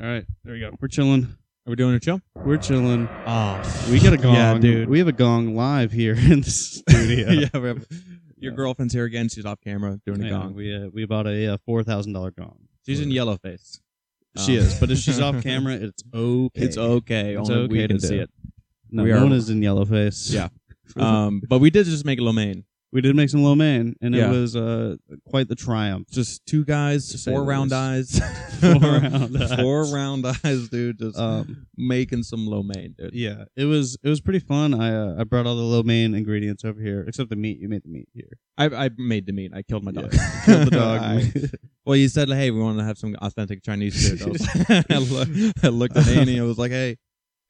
All right, there we go. We're chilling. Are we doing a chill? We're chilling. Oh, We got a gong. Yeah, dude. We have a gong live here in the studio. yeah, we have, your Yeah. girlfriend's here again. She's off camera doing a Yeah, gong. We uh, we bought a uh, four thousand dollar gong. She's in yellow face. She is, but if she's off camera, it's okay. It's okay. It's Only okay we to can do. see it. No, we no are- one is in yellow face. Yeah. Um, but we did just make lo mein. we did make some lo mein, and Yeah. it was uh, quite the triumph. Just two guys, To say four the round eyes, Four round eyes. four round eyes, dude. Just Um, making some lo mein, dude. yeah, it was it was pretty fun. I uh, I brought all the lo mein ingredients over here, except the meat. You made the meat here. I, I made the meat. I killed my dog. Killed the dog. I- well, you said, hey, we want to have some authentic Chinese food. I, was, I, look, I looked at Annie. I was like, hey,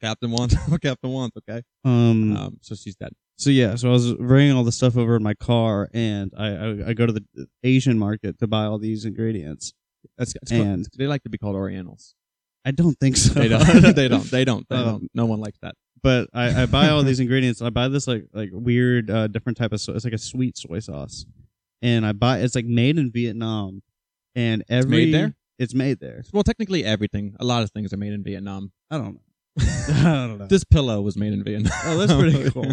Captain wants what Captain wants, okay? um, Um, so she's dead. So yeah, so I was bringing all the stuff over in my car, and I I, I go to the Asian market to buy all these ingredients. That's, that's And- they like to be called Orientals. I don't think so. They don't. they don't. They don't. They Um, don't. No one likes that. But I, I buy all these ingredients. I buy this like like weird uh, different type of so- it's like a sweet soy sauce, and I buy it's like made in Vietnam, and every made there? It's made there. Well, technically, everything. A lot of things are made in Vietnam. I don't know. I don't know. This pillow was made in Vietnam. Oh, that's pretty cool.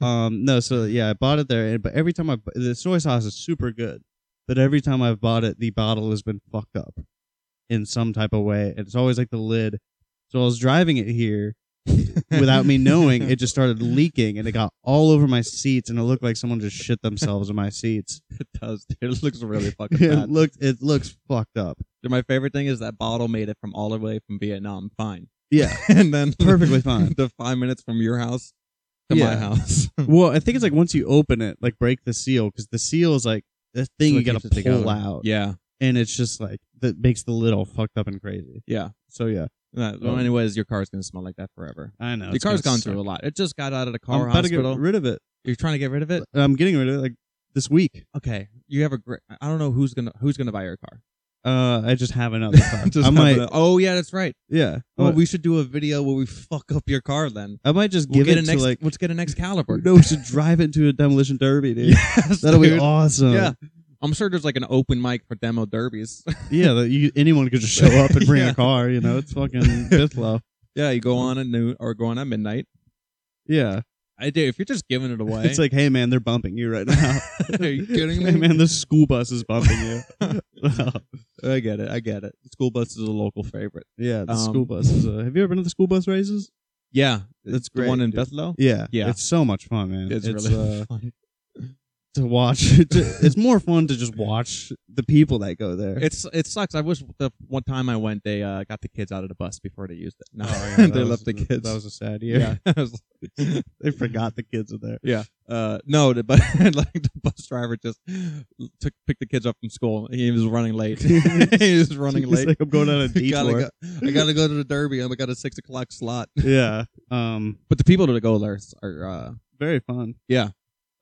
um, no, so yeah, I bought it there, and but every time I bu- the soy sauce is super good, but every time I've bought it, the bottle has been fucked up in some type of way, and it's always like the lid. So I was driving it here without me knowing, it just started leaking, and it got all over my seats, and it looked like someone just shit themselves in my seats. It does. dude. It looks really fucking it bad. looked, it looks fucked up. Dude, My favorite thing is that bottle made it from all the way from Vietnam. Fine. Yeah, and then Perfectly fine. The five minutes from your house to my Yeah. house. well, I think it's like once you open it, like break the seal, because the seal is like the thing So you it gotta keeps it together. pull out. yeah, and it's just like that makes the lid all fucked up and crazy. yeah. So yeah, Uh, well, Um, anyways, your car's gonna smell like that forever. I know your car's gone through a lot. It just got out of the I'm car about to get hospital. rid of it. You're trying to get rid of it. I'm getting rid of it like this week. Okay, you have a great. I don't know who's gonna who's gonna buy your car. Uh, I just have another car. I might, oh yeah, that's right. yeah. Well, Well, we should do a video where we fuck up your car. Then I might just we'll give get it an to ex- like. let's get an Excalibur. No, we should drive it to a demolition derby, dude. yes, That'll be dude. awesome. Yeah, I'm sure there's like an open mic for demo derbies. yeah. That you, anyone could just show up and bring Yeah. a car. You know, it's fucking Bithlo. yeah, you Mm-hmm. go on at noon or go on at midnight. Yeah, I do. If you're just giving it away, it's like, hey man, they're bumping you right now. Are you kidding Hey me? man, the school bus is bumping you. I get it. I get it. School bus is a local favorite. yeah, the Um, school bus is. Uh, have you ever been to the school bus races? Yeah, That's The one great, in dude. Bethel. Yeah, Yeah. It's so much fun, man. It's, It's, really uh, fun. to watch. to- it's more fun to just watch the people that go there. It's it sucks. I wish the one time I went, they uh, got the kids out of the bus before they used it. No, Oh, that they was- left the kids. That was a sad year. yeah, I was like- they forgot the kids were there. uh, no, the, but like the bus driver just took picked the kids up from school. He was running late. he was running He's late. like, I'm going on a Gotta detour. go, I gotta go to the derby. I got a six o'clock slot. Yeah. Um. But the people that go there are uh, Very fun. Yeah.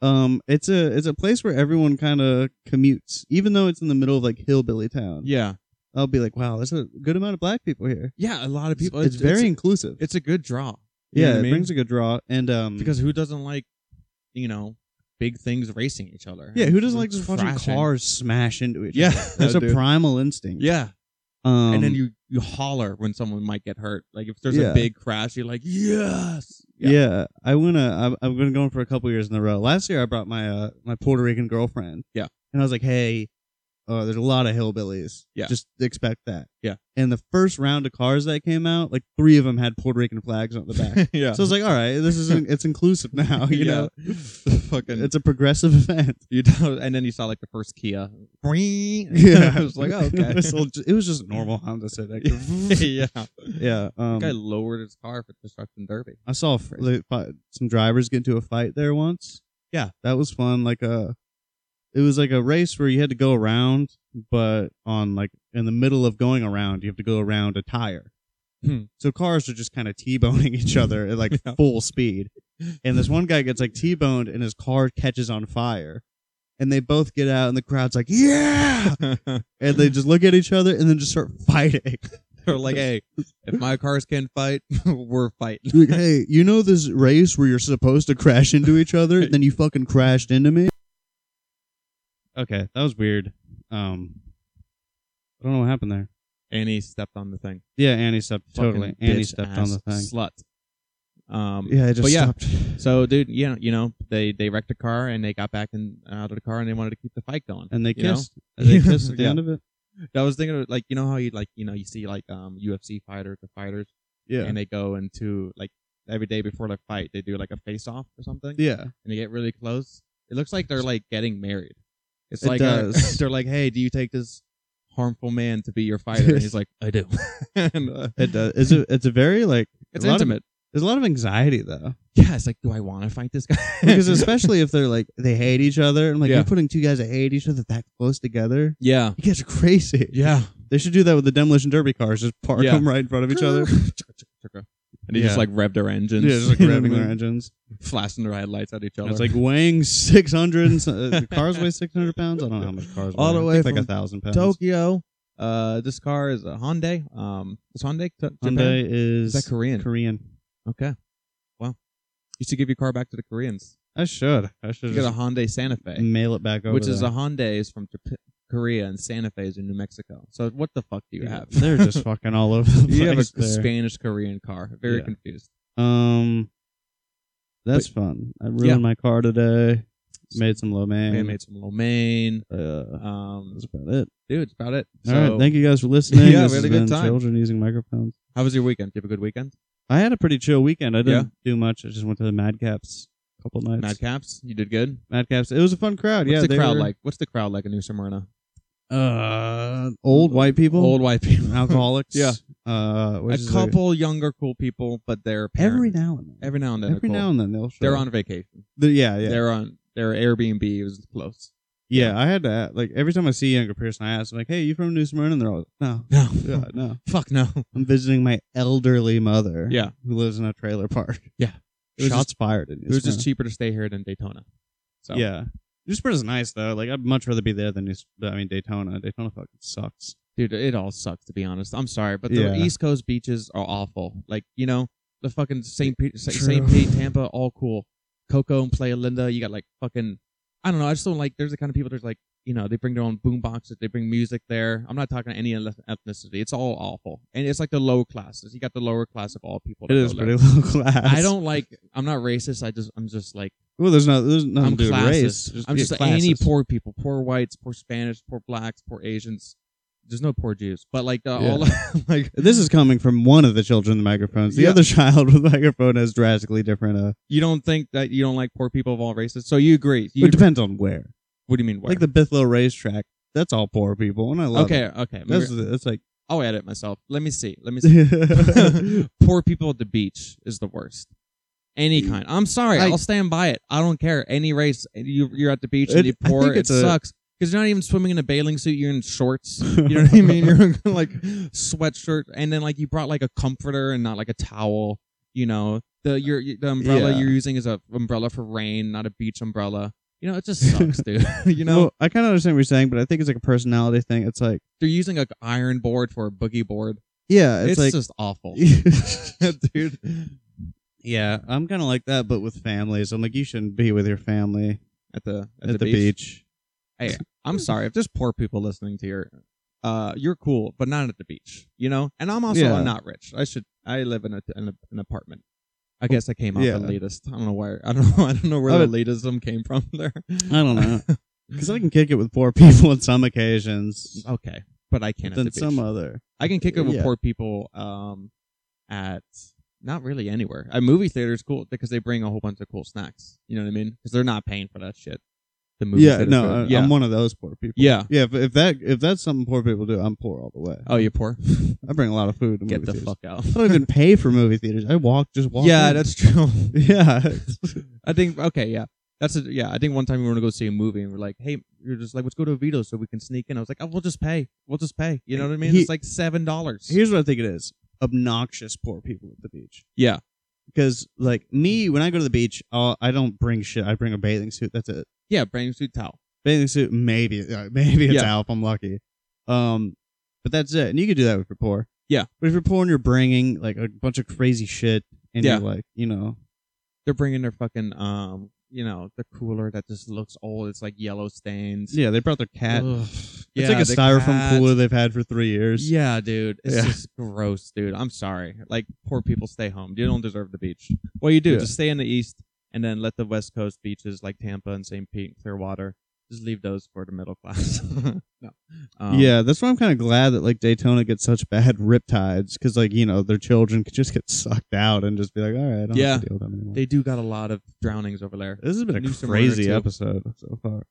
Um. It's a it's a place where everyone kind of commutes, even though it's in the middle of like hillbilly town. yeah, I'll be like, wow, there's a good amount of black people here. yeah. A lot of It's, people. it's very inclusive. it's a good draw. You know yeah, what I it mean? brings a good draw. And um, because who doesn't like, you know, big things racing each other? yeah, and who doesn't like just watching crashing? cars smash into each Yeah, other? There's a dude. primal instinct. Yeah, Um, and then you you holler when someone might get hurt. Like if there's Yeah. a big crash, you're like, yes. Yeah. I uh, wanna. I'm, I'm gonna go for a couple years in a row. Last year, I brought my uh, my Puerto Rican girlfriend. Yeah. and I was like, "Hey, uh, there's a lot of hillbillies. Yeah. just expect that." Yeah. And the first round of cars that came out, like three of them had Puerto Rican flags on the back. yeah. so I was like, "All right, this is it's inclusive now. You know, fucking. it's a progressive event." you know, and then you saw like the first Kia. I was like, oh, okay. it, was, all ju- it was just a normal Honda Civic. yeah. yeah, um, guy lowered his car for destruction derby. I saw f- like, fi- some drivers get into a fight there once. Yeah. that was fun. Like a, it was like a race where you had to go around, but on like in the middle of going around, you have to go around a tire. Hmm. So cars are just kind of t-boning each other at like Yeah. full speed, and this one guy gets like t-boned, and his car catches on fire, and they both get out, and the crowd's like, "Yeah!" and they just look at each other, and then just start fighting. They're like, hey, if my cars can fight, we're fighting. Like, hey, you know this race where you're supposed to crash into each other, then you fucking crashed into me. Okay, that was weird. Um, I don't know what happened there. Annie stepped on the thing. Yeah, Annie stepped totally. Fucking Annie bitch stepped on ass the thing. Slut. Um, Yeah, it just but yeah, stopped. So, dude, you know, you know, they they wrecked a car and they got back in out of the car and they wanted to keep the fight going. And they you know? kissed. They kissed at the Yeah. end of it. I was thinking of like you know how you like you know you see like um UFC fighters or fighters Yeah. and they go into like every day before their fight they do like a face off or something yeah. and they get really close. It looks like they're like getting married. It's It like a- does. they're like, hey, do you take this harmful man to be your fighter? And he's like, I do. and, uh, It does. It's a, it's a very like It's a lot of- intimate. there's a lot of anxiety though. yeah, it's like, do I want to fight this guy? Because especially if they're like they hate each other. I'm like, Yeah. you're putting two guys that hate each other that close together. yeah, You guys are crazy. yeah. They should do that with the demolition derby cars. Just park Yeah. them right in front of each other. And they Yeah. just like rev their engines. Yeah, just like You know revving what I their mean? engines. flashing their headlights at each other. And it's like weighing 600. and so- uh, the cars weigh 600 pounds. I don't know how much cars weigh. All the I way think like from a thousand pounds. Tokyo. Uh, this car is a Hyundai. Um, it's Hyundai. T- Japan? Hyundai Is is that Korean? Korean. okay. Well, you should give your car back to the Koreans. I should. I should You got a just Hyundai Santa Fe, mail it back over. which is there. a Hyundai is from Jap- Korea and Santa Fe is in New Mexico. So what the fuck do you have? They're just fucking all over the place. you have a there. Spanish Korean car. Very Yeah. confused. Um, that's fun. I ruined Yeah. my car today. Made some lo mein. Man made some lo mein. Uh, Um, that's about it. dude, that's about it. So, All right, thank you guys for listening. Yeah, This we had a has good been time. Children using microphones. How was your weekend? Did you have a good weekend? I had a pretty chill weekend. I didn't Yeah. do much. I just went to the Madcaps a couple nights. Madcaps, you did good. Madcaps. It was a fun crowd. What's yeah, the they crowd were, like? What's the crowd like in New Smyrna? Uh, old white people, Old white people, alcoholics. Yeah. uh, a which is couple younger cool people, but they're parents. every now and then. every now and then Every they're cool. now and then they'll show. they're up. on vacation. The- yeah, yeah. They're on their Airbnb is close. Yeah, I had to ask, like every time I see a younger person, I ask like, "Hey, you from New Smyrna?" And they're all "No, No, yeah, no, fuck no. I'm visiting my elderly mother, Yeah, who lives in a trailer park." Yeah. it was Shots- just fired. In New it was just Smyrna. cheaper to stay here than Daytona. So Yeah, New Smyrna's nice though. Like I'd much rather be there than New. S- I mean Daytona. Daytona fucking sucks. dude, it all sucks to be honest. I'm sorry, but Yeah. the East Coast beaches are awful. Like you know, the fucking St. Pete, Sa- True. St. Pete, Tampa, all cool. Coco and Playa Linda, you got like fucking. I don't know. I just don't like. There's the kind of people that's like, you know, they bring their own boom boxes, they bring music there. I'm not talking any ele- ethnicity. It's all awful, and it's like the low classes. You got the lower class of all people. It that is go there. pretty low class. I don't like. I'm not racist. I just. I'm just like. Well, there's no. There's nothing I'm to do with classist. race. I'm yeah, just like any classist. poor people, poor whites, poor Spanish, poor blacks, poor Asians. There's no poor Jews, but like uh, all like This is coming from one of the children with microphones. The Yeah. other child with microphone has drastically different. Uh, you don't think that you don't like poor people of all races. So you agree? You, it depends on where. what do you mean? Where? Like the Bithlow racetrack. That's all poor people, and I love it. okay, okay. That's maybe- that's like I'll edit myself. Let me see. Let me see. I poor people at the beach is the worst. Any kind. I'm sorry. Mm. I- I, will stand by it. I don't care. Any race. You, you're at the beach It- and you're I poor. think It it's a- sucks because you're not even swimming in a bathing suit. You're in shorts. You know what I mean? You're in, like sweatshirt, and then like you brought like a comforter and not like a towel. You know the your the umbrella Uh, Yeah. you're using is a umbrella for rain, not a beach umbrella. You know it just sucks, dude. you know Well, I kind of understand what you're saying, but I think it's like a personality thing. It's like they're using a iron board for a boogie board. yeah, It's, it's, like just awful, dude. yeah, I'm kind of like that, but with families. I'm like you shouldn't be with your family At the at, at, the, beach. I'm sorry if there's poor people listening to your, uh, you're cool, but not at the beach, you know. And I'm also Yeah. not rich. I should. I live in a, in a, an apartment. I guess I came off Yeah. elitist. I don't know where. I don't know. I don't know where I the elitism came from there. I don't know because I can kick it with poor people on some occasions, okay, but I can't but at the then beach. some other. I can kick it with Yeah. poor people. Um, at not really anywhere. A movie theater is cool because they bring a whole bunch of cool snacks. You know what I mean? Because they're not paying for that shit. The movie Yeah, theater's no, good. I, yeah, I'm one of those poor people. yeah. Yeah, if, if that if that's something poor people do, I'm poor all the way. Oh, you're poor. I bring a lot of food. To Get movie the theaters. fuck out. I don't even pay for movie theaters. I walk, just walk. Yeah, in. that's true. yeah. I think okay, yeah. That's a, yeah. I think one time we were gonna go see a movie and we're like, hey, you're just like, let's go to a Vito so we can sneak in. I was like, oh, we'll just pay. We'll just pay. You know what I mean? He- it's like seven dollars. Here's what I think it is: obnoxious poor people at the beach. Yeah, Because like me, Mm. when I go to the beach, I'll, I don't bring shit. I bring a bathing suit. That's it. yeah. Brand new suit towel. Bathing suit, maybe, uh, maybe it's Yeah. out if I'm lucky. Um, but that's it. And you could do that if you're poor. Yeah. But if you're poor and you're bringing like a bunch of crazy shit, and Yeah. you're like, you know, They're bringing their fucking um, you know, the cooler that just looks old. It's like yellow stains. yeah, they brought their cat. Ugh. It's yeah, like a the styrofoam cats. cooler they've had for three years. Yeah, dude. It's Yeah. just gross, dude. I'm sorry. Like poor people stay home. You don't deserve the beach. Well, you do. Yeah. Just stay in the east and then let the west coast beaches like Tampa and St. Pete and Clearwater just leave those for the middle class. no. Um, yeah, that's why I'm kind of glad that like Daytona gets such bad riptides because like you know their children could just get sucked out and just be like, all right, I don't Yeah. have to deal with them anymore. They do got a lot of drownings over there. this has been Knew a someone or crazy two. episode so far.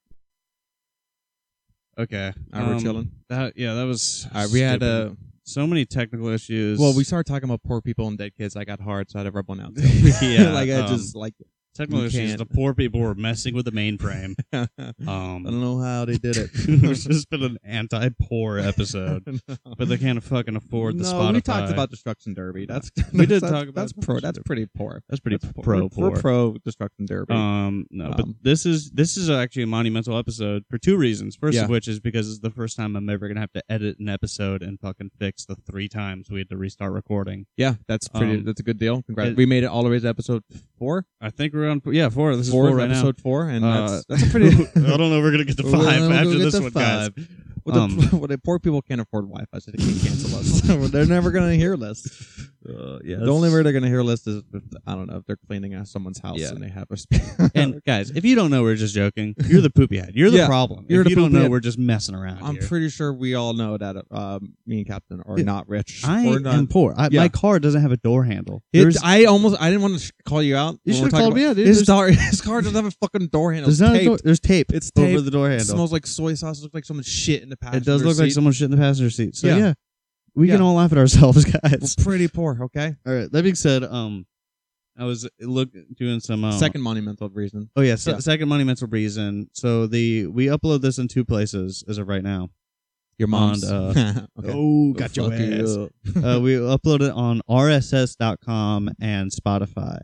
Okay, All right, um, Uh, we're chilling. That yeah, that was. All right, we had stupid. uh, so many technical issues. well, we started talking about poor people and dead kids. I got hard, so I had to rub one out. too. yeah, like I um, just like technical you issues. can't. The poor people were messing with the mainframe. I Um, don't know how they did it. it's just been an anti-poor episode, No. but they can't fucking afford the no, Spotify. we talked about destruction derby. That's We did that's- talk about that's pro. Destruction That's Derby. pretty poor. that's pretty That's pro. We're, poor. we're pro destruction derby. Um, no, but Um, this is this is actually a monumental episode for two reasons. First Yeah. of which is because it's the first time I'm ever gonna have to edit an episode and fucking fix the three times we had to restart recording. yeah, that's pretty. um, that's a good deal. Congrats. it- we made it all the way to episode four. I think we're on yeah four. This four is four right episode four, and now. that's, that's a pretty. I don't know. if We're gonna get to We're gonna five go after get this to one, five. guys. Well, the, Um, well, the poor people can't afford Wi-Fi, so they can't cancel us. they're never gonna hear this. Uh, yeah, The only way they're gonna hear this is if, I don't know if they're cleaning out someone's house Yeah. and they have a And guys, if you don't know, we're just joking. You're the poopy head. You're the Yeah, problem. you're if the you don't poopy know, head. we're just messing around. I'm here. pretty sure we all know that um, me and Captain are Yeah. not rich. I We're not- am poor. I, Yeah. My car doesn't have a door handle. It, There's- I almost I didn't want to sh- call you out. you when should we're have talking called about- me out, dude. His, There's- door, his car doesn't have a fucking door handle. There's It's not a taped. door. There's tape. It's over taped. the door It handle. smells like soy sauce. It looks like someone's shit in the past. It does look like someone shit in the passenger seat. So yeah, Yeah. we can Yeah. all laugh at ourselves, We're guys. pretty poor. Okay. all right. That being said, um, I was look doing some uh, Second monumental reason. Oh yeah, se- Yeah. second monumental reason. So the we upload this in two places as of right now. Your mom's. And, Okay. Oh, Fuck you. uh, we upload it on rss.com and Spotify.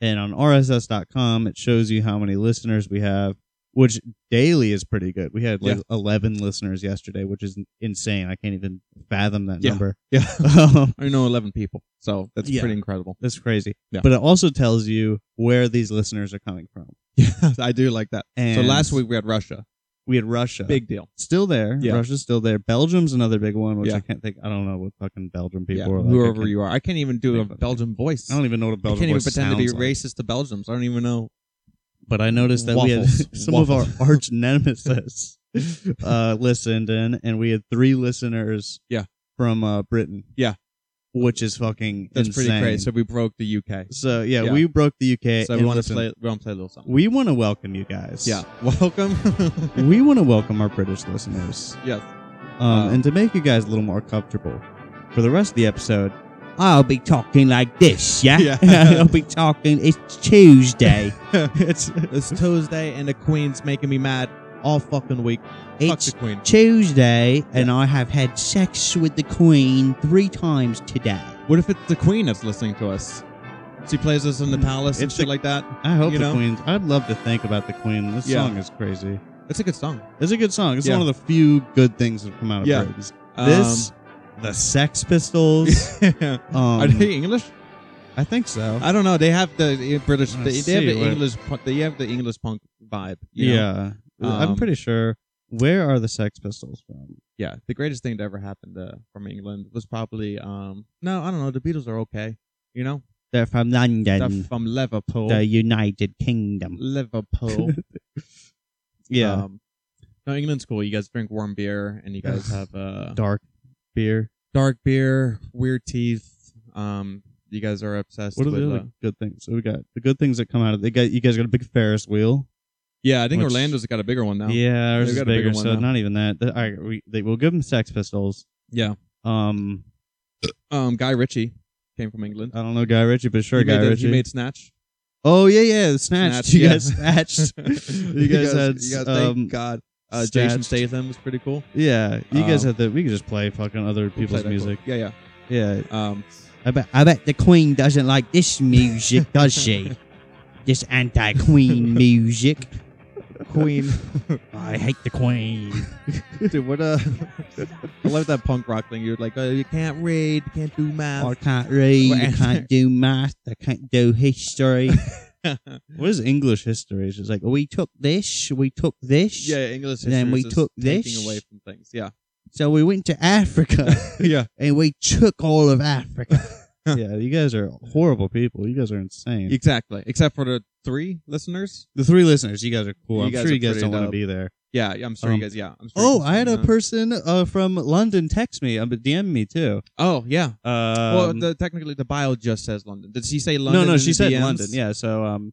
And on rss.com, it shows you how many listeners we have, which daily is pretty good. We had like 11 listeners yesterday, which is insane. I can't even fathom that Yeah. number. Yeah. Um, I know eleven people, so that's Yeah. pretty incredible. that's crazy. Yeah. But it also tells you where these listeners are coming from. Yeah, I do like that. so And- last week we had Russia. We had Russia. Big deal. Still there. Yeah. Russia's still there. Belgium's another big one, which Yeah. I can't think. I don't know what fucking Belgium people Yeah, are like. I whoever can't- you are, I can't even do a Big fucking- Belgian voice. I don't even know what a I Belgian can't even voice pretend to be sounds like. racist to Belgians. I don't even know. but I noticed that we had Waffles. some of Waffles. our arch nemesis uh, listened in, and we had three listeners. Yeah. from uh, Britain. Yeah. which is fucking That's pretty insane. crazy. So we broke the UK. So yeah, Yeah. we broke the UK. So we and want to listen, play. We want to play a little something. We want to welcome you guys. yeah. Welcome. we want to welcome our British listeners, yes. um, Wow. and to make you guys a little more comfortable for the rest of the episode. I'll be talking like this, yeah. Yeah. I'll be talking. It's Tuesday. it's It's Tuesday and the Queen's making me mad all fucking week. Fuck it's the Queen. Tuesday, and I have had sex with the Queen three times today. What if it's the Queen that's listening to us? She plays us in the palace and Mm, It's shit the- like that. I hope You the know? Queen. I'd love to think about the Queen. This Yeah. song is crazy. It's a good song. It's a good song. It's Yeah. one of the few good things that come out of Um, Yeah. Britain's. This, the Sex Pistols. Um, um, are they English? I think so. I don't know. They have the uh, British. Let's They, they have see the what- English. pu- They have the English punk vibe. you know? yeah, I'm Um, pretty sure. Where are the Sex Pistols from? yeah. The greatest thing that ever happened uh, from England was probably um. No, I don't know. The Beatles are okay. You know, They're from they're London, from Liverpool. United Kingdom. Liverpool. Yeah, Um, no, England's cool. You guys drink warm beer, and you guys have uh, dark beer. dark beer, weird teeth. Um, you guys are obsessed What are with. the uh, other good things? So we got the good things that come out of they got you guys got a big Ferris wheel. yeah, I think Which- Orlando's got a bigger one now. Yeah, ours They've is got a bigger bigger, one so now. not even that. The- all right, we, they, we'll give them Sex Pistols. Yeah. Um, Um, Guy Ritchie came from England. I don't know Guy Ritchie, but Uh, sure, he Guy made the- Ritchie. He made Snatch. oh yeah, yeah, snatched. Snatched, you yeah. guys snatched. you guys had. you guys, um, thank God. Uh, Jason Snatched. Statham was pretty cool. yeah, you guys Um, had the. We could just play fucking other We'll play people's that music. cool. Yeah, Yeah, yeah. Um, I bet. I bet the Queen doesn't like this music, does she? this anti-Queen music. Queen. I hate the Queen. Dude, what a. I love that punk rock thing. You're like, oh, you can't read, you can't do math. I can't read. I can't do math. I can't do history. What is English history? It's just like we took this, we took this, yeah, English history. Then we is just took taking this. away from things. Yeah, so we went to Africa yeah. and we took all of Africa. yeah, you guys are horrible people. You guys are insane. Exactly. Except for the three listeners. the three listeners, you guys are cool. You I'm guys sure are you guys pretty don't want to dope. be there. Yeah, yeah, I'm sure Um, you guys. Yeah, I'm sure. you Oh, guys I had a know. person uh, from London text me, um, DM me too. Oh, yeah. Um, well, the, technically, the bio just says London. Did she say London? no, no, in she the said DMs? London. Yeah, so um,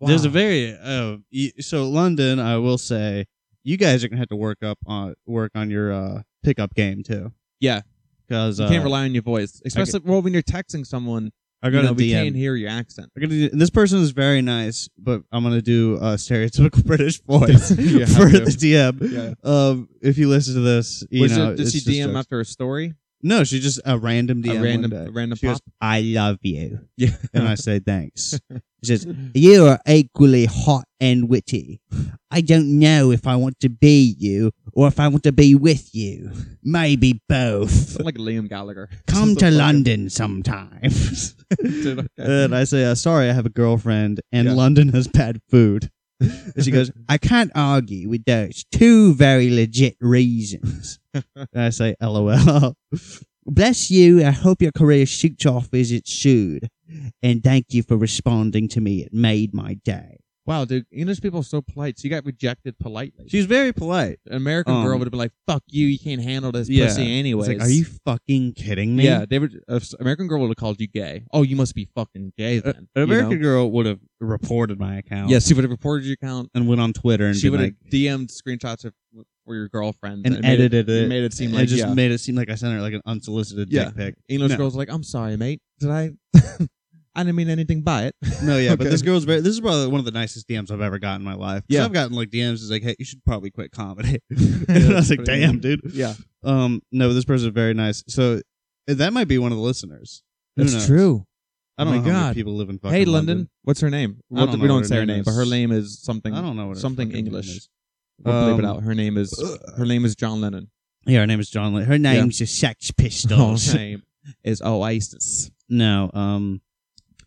There's a Wow. very uh, y- so London. I will say you guys are gonna have to work up on work on your uh, pickup game too. Yeah. because You uh, can't rely on your voice, especially well when you're texting someone. I You got know, a we DM. can't hear your accent. I got a- and this person is very nice, but I'm gonna do a stereotypical British voice for You have to. the DM. Yeah. Um, if you listen to this, you Was know, it, did it's she just DM jokes. after a story? No, she just a random DM. a one random, day. a random She pop. goes, "I love you," yeah. and I say thanks. She says, You are equally hot and witty. I don't know if I want to be you or if I want to be with you. Maybe both. like Liam Gallagher. Come Just to a fucking- London sometimes. Dude, okay. and I say, uh, Sorry, I have a girlfriend, and Yeah. London has bad food. And she goes, I can't argue with those two very legit reasons. and I say, LOL. Bless you. I hope your career shoots off as it should. And thank you for responding to me. It made my day. Wow, dude, English people are so polite. So you got rejected politely. She's very polite. An American Um, girl would have been like, "Fuck you, you can't handle this Yeah. pussy anyways." It's like, are you fucking kidding me? Yeah, they would. a s- American girl would have called you gay. Oh, you must be fucking gay A- then. An you American know? girl would have reported my account. Yes, she would have reported your account. And went on Twitter and She would been have like, DM'd screenshots of for your girlfriend and, made edited it, it. Made it seem and like just yeah. made it seem like I sent her like an unsolicited Yeah. dick pic. English No. girls like, "I'm sorry, mate. Did I? I didn't mean anything by it." No, yeah, but Okay. this girl's very. This is probably one of the nicest DMs I've ever gotten in my life. 'Cause Yeah. I've gotten like DMs is like, hey, you should probably quit comedy. and I was like, pretty damn, mean. dude. yeah, Um, no, but this person is very nice. So uh, that might be one of the listeners. Who knows? that's true. I don't Oh know my how many God. people live in fucking Hey, London, what's her I name? don't Well, know we don't what say her her name name, but her is. name is something. I don't know what her something fucking name English. is. We'll bleep it Um, out. Her name is. Her name is John Lennon. Oh, Yeah, her name is John. Lin- her name's the Sex Pistols. Her name is Oasis. no, um,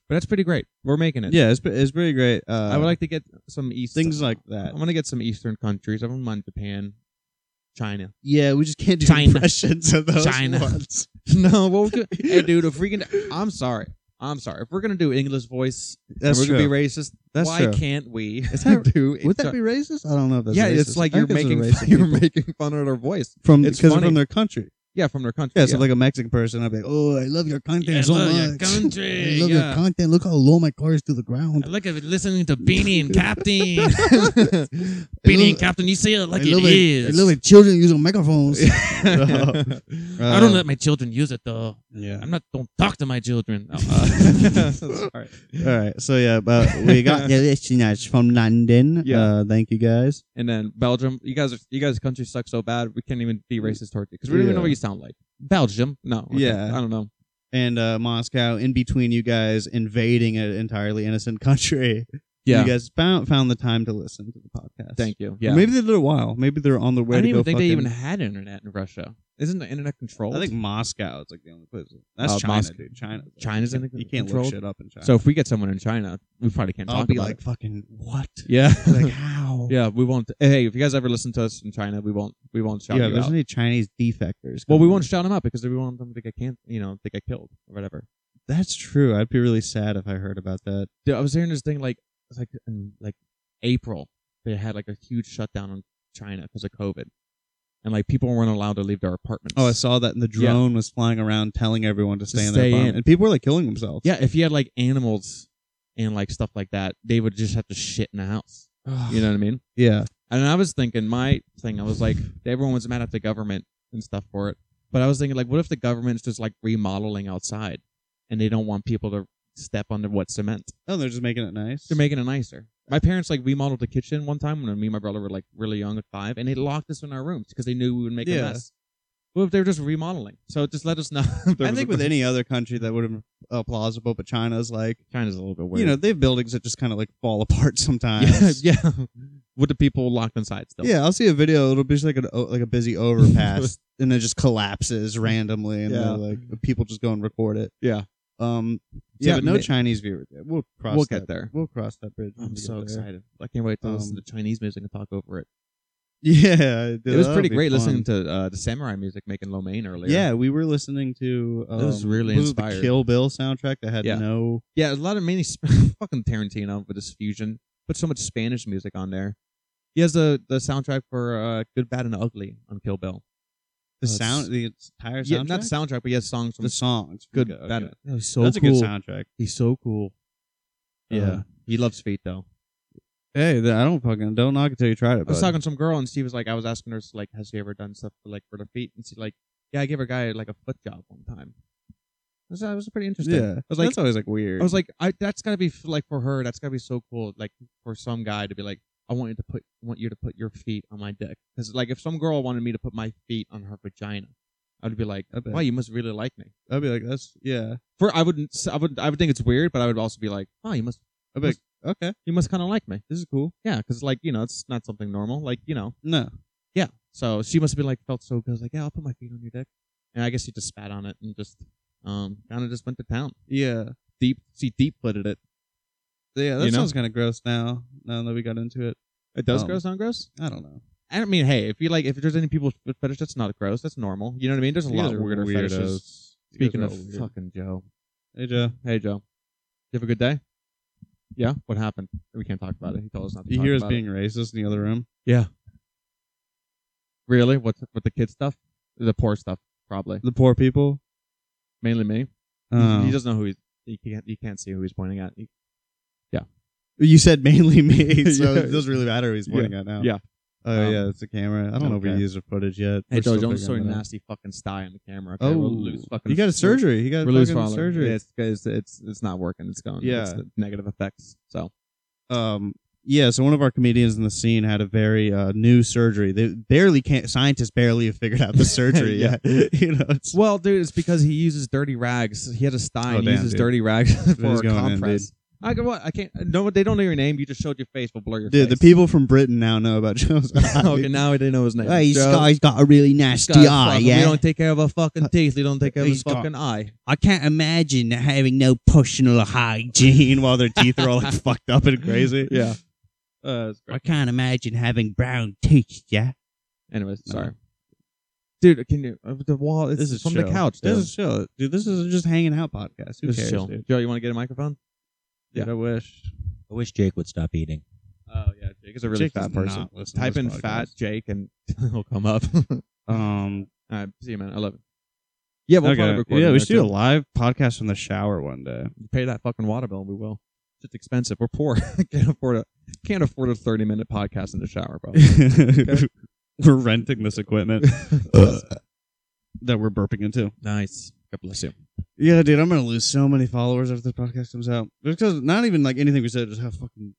But that's pretty great. We're making it. yeah, it's pre- it's pretty great. Uh, I would like to get some east things like that. I'm gonna get some Eastern countries. I don't mind Japan, China. Yeah, we just can't do China. impressions of those China. ones. no, well, we could- hey, dude, if we can, I'm sorry, I'm sorry. If we're gonna do English voice, That's and we're true. gonna be racist. That's why true. can't we? Is that- do Would that be racist? I don't know if that's yeah, racist. it's like I you're think it's making racist you're people. making fun of their voice. from it's because they're funny. from their country. Yeah, from their country. Yeah, so like a Mexican person, I'd be like, "Oh, I love your content Yeah, I so love your much. country, I love your yeah. content. Look how low my car is to the ground. like it listening to Beanie and Captain. I love- Captain, you say I it love I love it. Children using microphones. I Uh, don't let my children use it though. yeah. not. Don't talk to my children. uh. Sorry. All right. So yeah, but we got the listeners from London. Yeah. Uh, thank you guys. And then Belgium, you guys, are, you guys' country sucks so bad. We can't even be racist towards you because we don't even Yeah. know what you sound like. Belgium, no. okay, Yeah. I don't know. And uh, Moscow, in between you guys invading an entirely innocent country, Yeah, you guys found found the time to listen to the podcast. thank you. Yeah, Maybe they did a while. Maybe they're on their I way don't to go. even think they fucking- even had internet in Russia. Isn't the internet controlled? I think Moscow is like the only place. That's Uh, China, Moscow. dude. China. China's you in can't, the you can't control. look shit up in China. so. If we get someone in China, we probably can't I'll talk be about like, it. fucking what? Yeah, like how? yeah. We won't. Hey, if you guys ever listen to us in China, we won't. We won't shout yeah. you There's out. any Chinese defectors. well, we coming. won't shout them out because we want them to get can You know, they get killed or whatever. That's true. I'd be really sad if I heard about that. Dude, I was hearing this thing like it's like in like April they had like a huge shutdown in China because of COVID, and like people weren't allowed to leave their apartments. Oh, I saw that, and the Yeah. drone was flying around telling everyone to stay in their stay apartment, in. and people were like killing themselves. yeah. If you had like animals and like stuff like that, they would just have to shit in the house. You know what I mean? yeah. And I was thinking my thing. I was like, everyone was mad at the government and stuff for it, but I was thinking like, what if the government's just like remodeling outside, and they don't want people to step under what cement? Oh, they're just making it nice. They're making it nicer. My parents like remodeled the kitchen one time when me and my brother were like really young at five, and they locked us in our rooms because they knew we would make Yeah. a mess. Well, if they were just remodeling, so just let us know. if there I was think a- with any other country that would have been uh, plausible, but China's like, China's a little bit weird. you know, they have buildings that just kind of like fall apart sometimes. yeah, yeah. With the people locked inside still. Yeah, I'll see a video. It'll be just like an o- like a busy overpass, and it just collapses randomly, and Yeah. then like people just go and record it. Yeah. Um, yeah, Yeah, but no ma- Chinese viewers. yet. We'll cross. We'll that, get there. We'll cross that bridge. when I'm we so get there. excited. I can't wait to listen Um, to Chinese music and talk over it. Yeah, dude, it was that'll pretty be great fun. listening to uh, the samurai music making lo mein earlier. Yeah, we were listening to. Um, It was really what The inspired. Kill Bill soundtrack that had Yeah. no. yeah. A lot of mainly sp- fucking Tarantino with his fusion. Put so much Spanish music on there. He has the the soundtrack for uh, Good, Bad, and Ugly on Kill Bill. The Uh, s- sound, the entire soundtrack. Yeah, not the soundtrack, but he has songs from The songs. Good, Okay, Bad, okay. and- that was so That's cool. a good soundtrack. He's so cool. Yeah. Uh, he loves feet though. Hey, th- I don't fucking don't knock it till you try it. I was bud. talking to some girl and she was like, I was asking her like, has she ever done stuff for like for the feet? And she like, yeah, I gave her guy like a foot job one time. I was, I was pretty interesting. Yeah, I was like, that's always like weird. I was like, I that's gotta be f- like for her, that's gotta be so cool. Like for some guy to be like, I want you to put want you to put your feet on my dick because like if some girl wanted me to put my feet on her vagina, I'd be like, I bet. wow, you must really like me. I'd be like, that's yeah. For I wouldn't, s- I would, I would think it's weird, but I would also be like, oh, you must, I'd be like, okay, you must kind of like me. this is cool. Yeah, because like you know, it's not something normal. Like you know, No, yeah. So she must have been like felt so good. I was like, yeah, I'll put my feet on your dick. And I guess she just spat on it and just um kind of just went to town. yeah, Deep, she deep footed it. yeah. That You know? sounds kind of gross now. Now that we got into it, It does Um, gross, not gross. I don't know. I don't mean, hey, if you like, if there's any people with fetish, that's not gross. That's normal. You know what I mean? There's a You guys lot are weirder weirdos. You fetishes. guys Speaking are of all weird. fucking Joe, hey Joe, hey Joe, you have a good day. Yeah, what happened? We can't talk about it. He told us not to. you talk hear us about it. being racist in the other room? really what with the kid stuff, the poor stuff, probably The poor people. mainly me. He- Um, He doesn't know who he's. He can't. You can't see who he's pointing at. He- You said mainly me, so Yeah. it doesn't really matter who he's pointing at now. Yeah. Oh Um, yeah, it's a camera. I don't know if okay. we used our footage yet. Hey, We're Joe, still don't show figuring a that out. nasty fucking sty on the camera. Oh, Okay? we'll lose fucking. he got a surgery. He got We're losing fucking followers. surgery. Yeah, it's, it's it's it's not working. It's going. Yeah. it's the negative effects. So um yeah so one of our comedians in the scene had a very uh, new surgery they barely can't scientists barely have figured out the surgery Yeah. yet you know it's well, dude, it's because he uses dirty rags. He had a sty. Oh, and he damn, uses dude. dirty rags for is a going in, compress. I go what I can't. No, they don't know your name. You just showed your face. We'll blur your dude the face. people from britain now know about joe's okay, now I didn't know his name. Hey, Joe, has got a really this nasty Uh, guy's fucking- We don't take care of our fucking teeth. We don't take care of He's his got- fucking eye. I can't imagine having no personal hygiene while their teeth are all like fucked up and crazy. Yeah. Uh, I can't imagine having brown teeth. Yeah. Anyways, No. sorry. Dude, can you uh, the wall? It's This is from chill. the couch. Dude. This is chill, dude. This is just hanging out podcast. Who This cares, is chill. dude? Joe, you want to get a microphone? Dude, I wish. I wish Jake would stop eating. Oh yeah, Jake is a really Jake does fat person. not listen to Type this in podcast. fat Jake and it'll come up. All Um, right, see you man. I love it. Yeah, we'll probably record. Yeah, in we there, should do a too. live podcast from the shower one day. Pay that fucking water bill. and We will. It's expensive. We're poor. can't afford a can't afford a thirty minute podcast in the shower, bro. we're renting this equipment Uh, that we're burping into. nice. God bless you. Yeah, dude, I'm gonna lose so many followers after this podcast comes out. Because not even like anything we said, just how fucking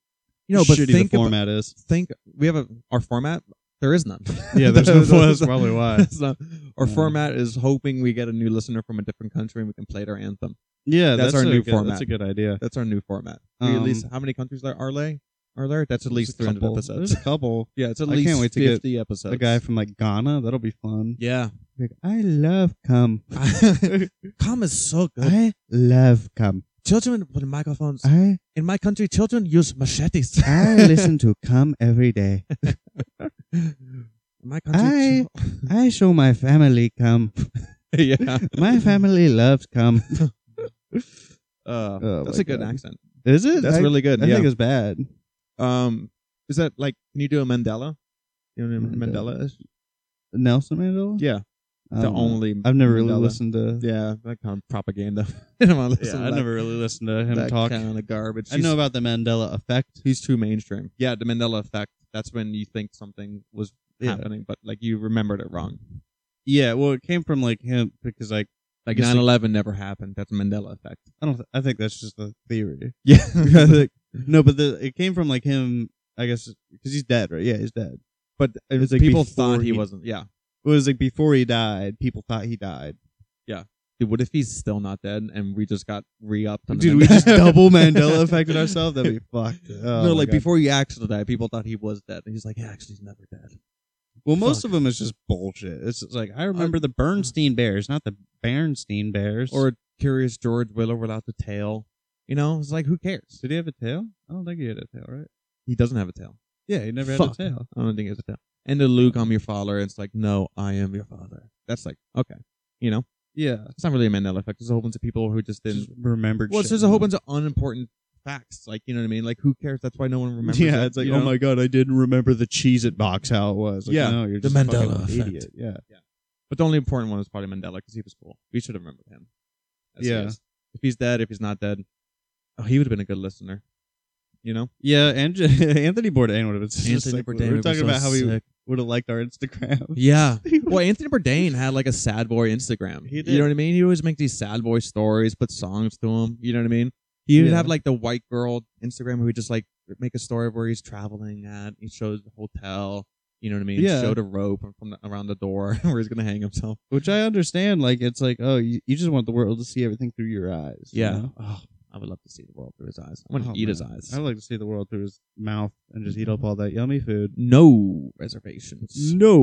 You know, but shitty think the about, format is. think we have a our format. There is none. Yeah, there's no that's probably why. It's not- our Yeah. format is hoping we get a new listener from a different country and we can play their anthem. Yeah, That's that's, our a new good, format. That's a good idea. That's our new format. We at Um, least how many countries there are there? Are there? That's at There's a least three hundred couple- episodes. There's a couple. Yeah, it's at I least can't wait to get fifty episodes. A guy from like Ghana, that'll be fun. yeah, Like, I love cum. cum is so good. I love cum. Children with microphones I in my country, children use machetes. I listen to cum every day. in my I- country, I show my family cum. yeah, My family loves cum. Uh, Oh that's my a good God. accent. Is it? That's I, really good. I yeah. think it's bad. um, is that like? Can you do a Mandela? You know what Mandela. Mandela is? Mm-hmm. Nelson Mandela. Yeah, I the don't know. only. I've never really Mandela. listened to. Yeah, that kind of propaganda. I don't want to listen. to that, really listened to that kind of garbage. I He's- know about the Mandela effect. He's too mainstream. Yeah, the Mandela effect. That's when you think something was Yeah. happening, but like you remembered it wrong. Yeah, well, it came from like him because like Like guess 9 11 never happened. That's Mandela effect. I don't. I think that's just a theory. Yeah. Like, no, but the, it came from like him. I guess because he's dead, right? Yeah, he's dead. but It was like people before thought he, wasn't. Yeah. It was like before he died. People thought he died. Dude, what if he's still not dead and we just got re upped? Dude, we just double Mandela affected ourselves. That'd be fucked. Oh no, my like God. before he actually died, people thought he was dead. And he's like, yeah, actually, he's never dead. Well, most of Uh, them is just bullshit. It's just like I remember the Bernstein Bears, not the Bernstein Bears. Or Curious George Willow without the tail. You know, it's like who cares? Did he have a tail? I don't think he had a tail, right? He doesn't have a tail. Yeah, he never Fuck. had a tail. I don't think he has a tail. And the Luke, I'm your father. It's like, no, I am your father. That's like okay, you know, Yeah. it's not really a Mandela effect. There's a whole bunch of people who just didn't. Just remembered Well, shit. it's just a whole bunch of unimportant facts. Like you know what I mean? Like who cares? That's why no one remembers. yeah, it, it's like, you oh know? my god, I didn't remember the Cheez It box how it was. Like, Yeah, no, you're the just a fucking Mandela effect. idiot. Yeah, But the only important one is probably Mandela because he was cool. We should have remembered him. As he Yeah. is. If he's dead, if he's not dead, oh, he would have been a good listener. You know? yeah. And Anthony Bourdain would have been. just Anthony like- Bourdain We were was talking so about how he sick. would have liked our Instagram. Yeah. well, Anthony Bourdain had like a sad boy Instagram. He You did. know what I mean? He always make these sad boy stories, put songs to him. You know what I mean? He would Yeah. have like the white girl Instagram who would just like make a story of where he's traveling at. He shows the hotel. You know what I mean? Yeah. Showed a rope from the, around the door where he's gonna hang himself. Which I understand. Like it's like, oh, you, you just want the world to see everything through your eyes. you Yeah. know? Oh, I would love to see the world through his eyes. I want to Oh, eat his man. eyes. I'd like to see the world through his mouth and just eat up all that yummy food. no reservations. No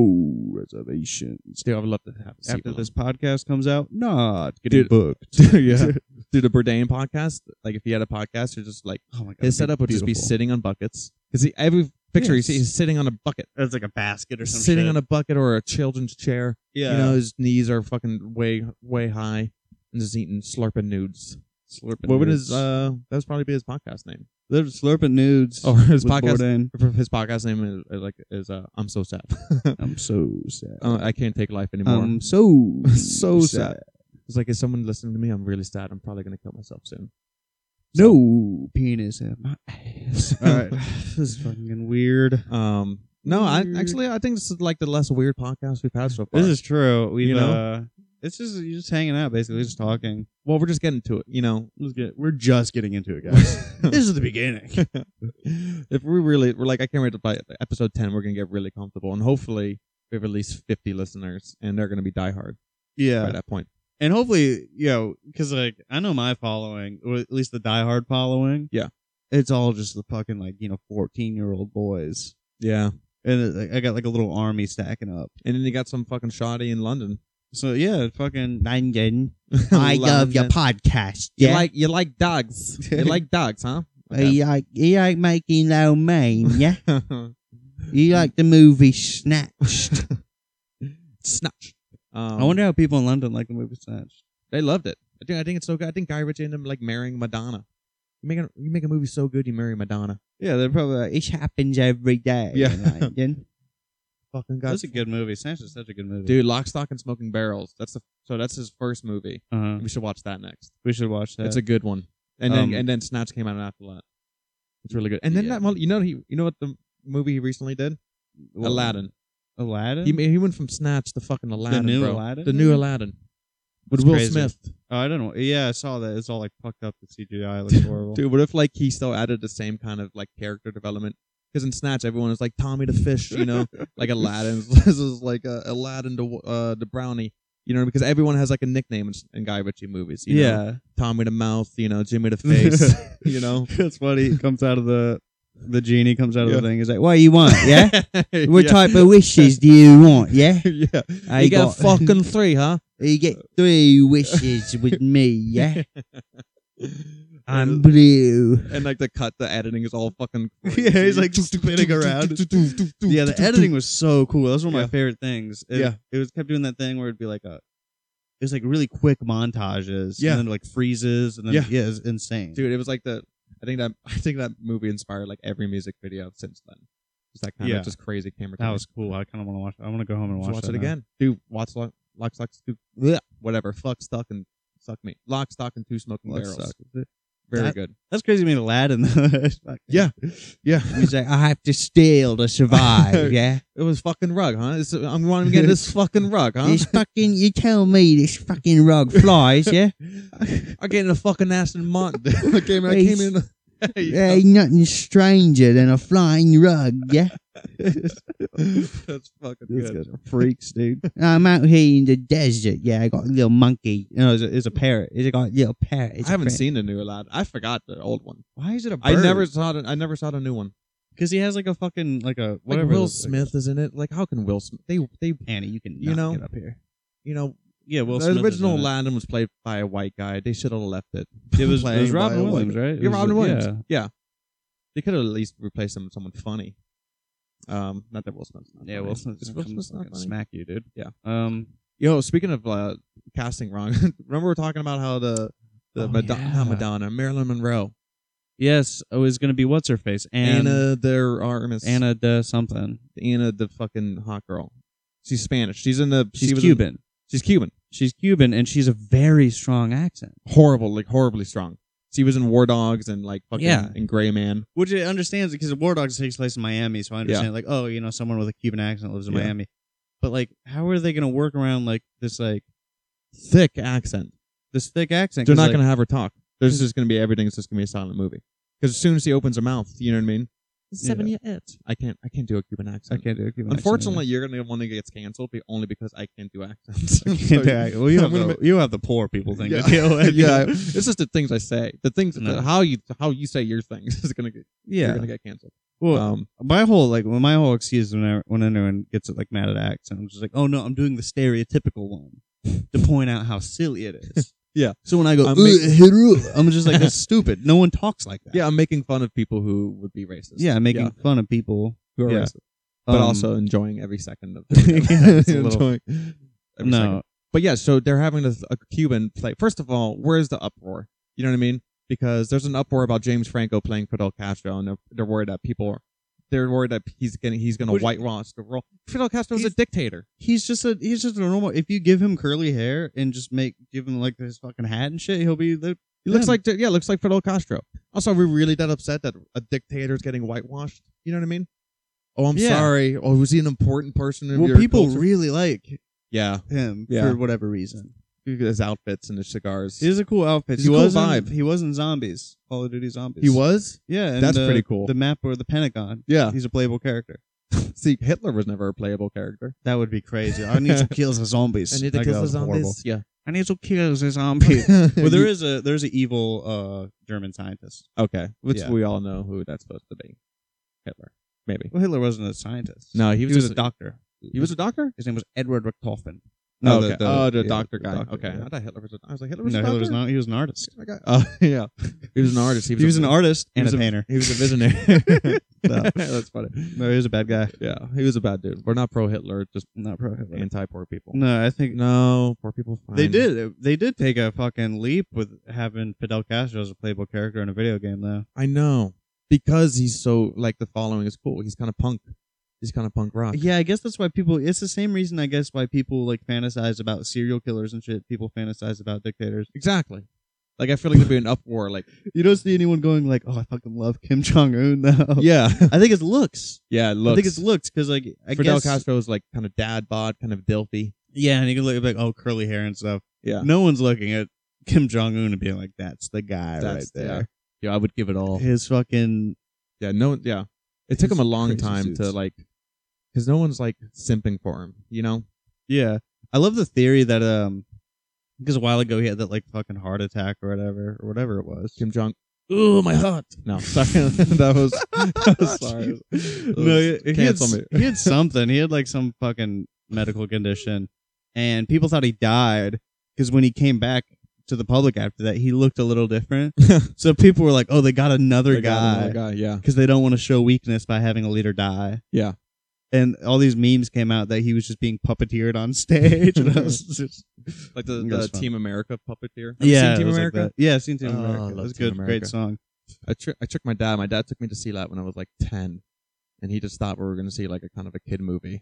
reservations. Dude, I would love to have a Mm. After sequel. this podcast comes out, not getting Dude. booked. yeah, do the Bourdain podcast. Like, if he had a podcast, you're just like Oh my god. his setup would just be sitting. sitting on buckets because every picture Yes. you see, he's sitting on a bucket, It's like a basket or something. sitting on a bucket or a children's chair. yeah. You know, his knees are fucking way way high, and just eating slurping nudes. slurping. What would nudes. his uh? That was probably be his podcast name They're slurping nudes. or Oh, his with podcast. Bourdain. His podcast name is like is uh. I'm so sad. I'm so sad. Uh, I can't take life anymore. I'm so so sad. It's like if someone listening to me, I'm really sad. I'm probably gonna kill myself soon. No penis in my ass. All right, this is fucking weird. Um, no, I Weird. actually I think this is like the less weird podcast we've had so far. This is true. We You you know? know, it's just you're just hanging out, basically, just talking. well, we're just getting to it, you know. Let's get, we're just getting into it, guys. this is the beginning. if we really we're like I can't wait to by episode ten, we're gonna get really comfortable, and hopefully we have at least fifty listeners, and they're gonna be diehard by Yeah, that point. and hopefully, you know, because like I know my following, or at least the diehard following. Yeah. it's all just the fucking like you know fourteen year old boys, Yeah, and it, I got like a little army stacking up. and then you got some fucking shoddy in London. So yeah, fucking nine gang. London. podcast. You like you like dogs. you like dogs, huh? Okay. You like you like making low main, yeah. you like the movie Snatched. Snatch. Um, I wonder how people in London like the movie Snatched. They loved it. I think, I think it's so good. I think Guy Ritchie ended up like marrying Madonna. You make a, you make a movie so good, you marry Madonna. Yeah, they're probably like, it happens every day. Yeah. in London." Fucking god, that's a good movie. Snatched is such a good movie. dude. Lock, stock, and smoking barrels. That's the so that's his first movie. uh-huh. We should watch that next. we should watch that. It's a good one. And then Um, and then Snatch came out after that. It's really good. And then Yeah. that that you know he you know what the movie he recently did Well, Aladdin. Aladdin. He ma- he went from Snatch to fucking Aladdin. new bro. Aladdin The movie? new Aladdin with That's Will crazy. Smith. oh, I don't know. Yeah, I saw that. It's all like fucked up. The CGI looks horrible. Dude, what if like he still added the same kind of like character development? Because in Snatch, everyone is like Tommy the fish, you know, like Aladdin. this is like uh, Aladdin the uh, the brownie, you know, because everyone has like a nickname in, in Guy Ritchie movies. You know? yeah, Tommy the mouth, you know, Jimmy the face, you know. that's funny. It comes out of the the genie comes out Yeah. of the thing. He's like, "What do you want? Yeah, what yeah. type of wishes do you want? Yeah." yeah. I you get a got- fucking three, huh? You get three wishes with me, yeah? I'm and, blue. and like the cut, the editing is all fucking. Yeah, he's, like, crazy. spinning around. Yeah, the editing was so cool. That was one of Yeah. my favorite things. It, Yeah. It was kept doing that thing where it'd be like a it was like really quick montages. Yeah. And then like freezes and then Yeah. yeah, it's insane. dude. It was like the I think that I think that movie inspired like every music video since then. Just that kind Yeah. of just crazy camera. That turn. was cool. I kinda wanna watch I wanna go home and Just watch, watch, that it now. again, dude. Watch lock, lock stock, two, bleh, whatever. Fuck, stuck and suck me. Lock, stock, and two smoking Lock, barrels. stock. Very That- good. That's crazy to me Aladdin though. Yeah. Yeah, He's like, I have to steal to survive, yeah? it was fucking rug, huh? It's, I'm wanting to get this fucking rug, huh? This fucking you tell me this fucking rug flies, yeah? I get in a fucking Aston Martin. I came, I came in. There ain't nothing stranger than a flying rug, yeah? That's fucking These good. guys are freaks, dude. I'm out here in the desert. Yeah, I got a little monkey. No, it's a, it's a parrot. It's got a little parrot. It's I a haven't parrot. seen the new Aladdin. I forgot the old one. Why is it a I never saw the, I never saw the new one. because he has like a fucking like a whatever. like Will those- Smith is in it. Like how can Will Smith? They they Annie, you can You know? up here. you know yeah, Will the Smith is original in it. Aladdin was played by a white guy. They should have left it. It was, it played was by a Robin white Williams, guy. right? It Yeah, was- Robin Williams. yeah. Yeah. They could have at least replaced him with someone funny. Um, not that Will Smith's not Yeah, funny. Will Smith's Is not Will gonna Smith's not fucking funny? smack you, dude. Yeah. Um, Yo, speaking of uh, casting wrong, remember we are talking about how the the Oh, Madonna, yeah. not Madonna, Marilyn Monroe, yes, it was gonna be what's her face, Anna, Anna de Armas, Anna de something. Anna the fucking hot girl. She's Spanish. She's in the. she She's was in- Cuban. she's Cuban. She's Cuban, and she's a very strong accent. Horrible, like horribly strong. She was in War Dogs and like fucking Yeah. and Gray Man. Which it understands because the War Dogs takes place in Miami, so I understand like, oh, you know, someone with a Cuban accent lives in Yeah. Miami. But like, how are they gonna work around like this like Thick accent. this thick accent? They're 'Cause, not like, gonna have her talk. There's just gonna be everything's just gonna be a silent movie. Because as soon as she opens her mouth, you know what I mean. Seven yeah. I can't. I can't do a Cuban accent. I can't do a Cuban Unfortunately, you're gonna be the one that gets canceled be- only because I can't do accents. accent. I can't do accent. Well, you I'm have, gonna the, you have the poor people thing to deal ma- with. yeah, it's just the things I say. The things No. that how you how you say your things is gonna get yeah. you're gonna get canceled. Well, um, my whole like when my whole excuse when I, when anyone gets like mad at accent, I'm just like, oh no, I'm doing the stereotypical one to point out how silly it is. Yeah. So when I go, I'm I'm, making- I'm just like that's stupid. No one talks like that. yeah, I'm making fun of people who would be racist. Yeah, making fun of people, who are yeah. racist, but Um, also enjoying every second of Yeah, it's a little- enjoying every no. second. But yeah, so they're having a, a Cuban play. First of all, where's the uproar? You know what I mean? Because there's an uproar about James Franco playing Fidel Castro, and they're, they're worried that people are. They're worried that he's gonna he's gonna Which- whitewash the role. Fidel Castro's a He's- dictator. He's just a he's just a normal. If you give him curly hair and just make give him like his fucking hat and shit, he'll be the. He looks Yeah. like yeah, looks like Fidel Castro. Also, are we really that upset that a dictator's getting whitewashed? You know what I mean? Oh, I'm Yeah. sorry. Oh, was he an important person? In Well, your people culture? really like yeah, him Yeah. for whatever reason. his outfits and his cigars. He has a cool outfit. He's he a cool was in- vibe. He was in Zombies, Call of Duty Zombies. He was. Yeah, and That's the- pretty cool. The map or the Pentagon. Yeah. He's a playable character. See, Hitler was never a playable character. That would be crazy. I need to kill the zombies. Like, that was horrible. Yeah. I need to kill the zombies. well, there is a there's an evil uh, German scientist. Okay, which Yeah. we all know who that's supposed to be. Hitler, maybe. Well, Hitler wasn't a scientist. No, he he was, was just a doctor. He was a doctor. His name was Edward Richtofen. oh, okay. oh, the yeah, doctor guy. okay, yeah. I thought Hitler was. A, I was like Hitler was No, a Hitler doctor. was not. He was an artist. Okay. Oh, yeah. He was an artist. He was, He was a, an artist he and was a painter. He was a visionary. No. That's funny. No, he was a bad guy. Yeah, he was a bad dude. We're not pro Hitler, just Not pro Hitler. anti poor people. No, I think No, poor people. Fine. They did. They did take a fucking leap with having Fidel Castro as a playable character in a video game, though. I know because he's so like the following is cool. He's kind of punk. He's kind of punk rock. Yeah, I guess that's why people. It's the same reason, I guess, why people like fantasize about serial killers and shit. People fantasize about dictators. Exactly. Like I feel like there'd be an uproar. Like You don't see anyone going like, "Oh, I fucking love Kim Jong Un," though. yeah, I think it's looks. yeah. Looks. I think it's looks because like I Fidel guess Castro's like kind of dad bod, kind of dilfy. yeah, and you can look at like oh curly hair and stuff. Yeah. No one's looking at Kim Jong Un and being like, "That's the guy That's- right there." Yeah, I would give it all. His fucking Yeah, no, yeah. It took him a long Crazy time to suits. like, because no one's like simping for him. You know? Yeah. I love the theory that um because a while ago he had that like fucking heart attack or whatever or whatever it was. Kim Jong. Ooh, my heart. No, sorry, that was. that was sorry. Oh, That no, was- he, he had, cancel me. he had something. He had like some fucking medical condition and people thought he died cuz when he came back to the public after that, he looked a little different. so people were like, "Oh, they got another They got guy." another guy. Yeah. Because they don't want to show weakness by having a leader die. Yeah. And all these memes came out that he was just being puppeteered on stage. and I was just, like the, It the was fun. Team America puppeteer. Have you yeah, seen it Team was like America. that. yeah, I've seen Team Oh, I America. It love was Team good, great America. song. I, tri- I tricked my dad. My dad took me to see that when I was like ten, and he just thought we were going to see like a kind of a kid movie.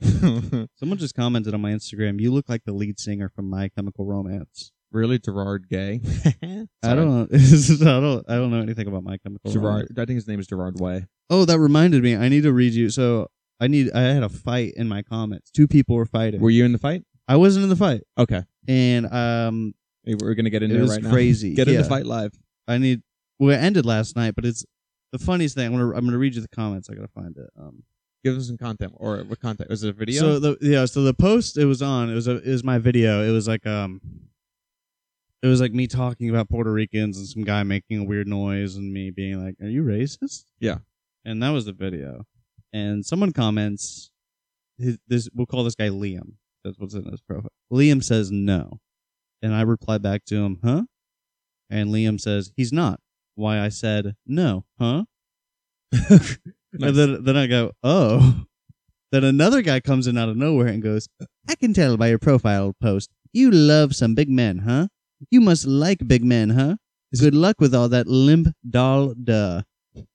Someone just commented on my Instagram, "You look like the lead singer from My Chemical Romance." really, Gerard Gay. I don't know. I don't. I don't know anything about My Chemical Gerard. Romance. I think his name is Gerard Way. Oh, that reminded me. I need to read you. So I need. I had a fight in my comments. Two people were fighting. Were you in the fight? I wasn't in the fight, Okay, and um, Hey, we're going to get in it there was right crazy. now. Get in Yeah. the fight live. I need. Well, it ended last night, but it's the funniest thing. I'm gonna. I'm gonna read you the comments. I gotta find it. Um, Give us some content or what content? Was it a video? So the yeah, so the post it was on it was a, it was my video. It was like um, it was like me talking about Puerto Ricans and some guy making a weird noise and me being like, "Are you racist?" Yeah. and that was the video. And someone comments, his, "This we'll call this guy Liam." That's what's in his profile. Liam says no. And I reply back to him, huh? And Liam says, he's not. Why I said, no, huh? Nice. And then, then I go, oh. Then another guy comes in out of nowhere and goes, I can tell by your profile post, you love some big men, huh? You must like big men, huh? Good luck with all that limp doll duh.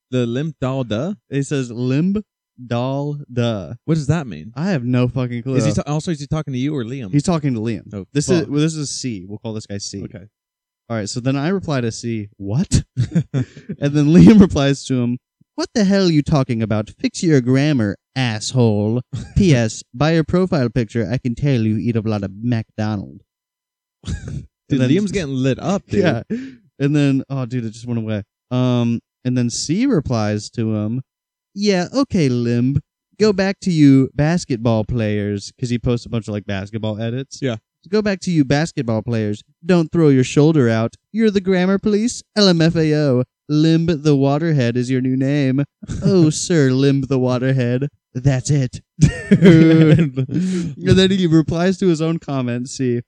The limp doll duh? It says limp doll duh. What does that mean? I have no fucking clue. Is he ta- also is he talking to you or Liam? He's talking to Liam. Oh, This is fuck. well, this is C. We'll call this guy C. okay. All right. So then I reply to C. What? and then Liam replies to him. What the hell are you talking about? Fix your grammar, asshole. P.S. By your profile picture, I can tell you eat a lot of McDonald's. Dude, then- Liam's getting lit up, dude. Yeah. And then oh, dude, it just went away. Um. And then C replies to him. Yeah. Okay, Limb. Go back to you basketball players, because he posts a bunch of like basketball edits. Yeah. Go back to you basketball players. Don't throw your shoulder out. You're the grammar police. LMFAO. Limb the Waterhead is your new name. Oh, sir, Limb the Waterhead. That's it. and then he replies to his own comment. See,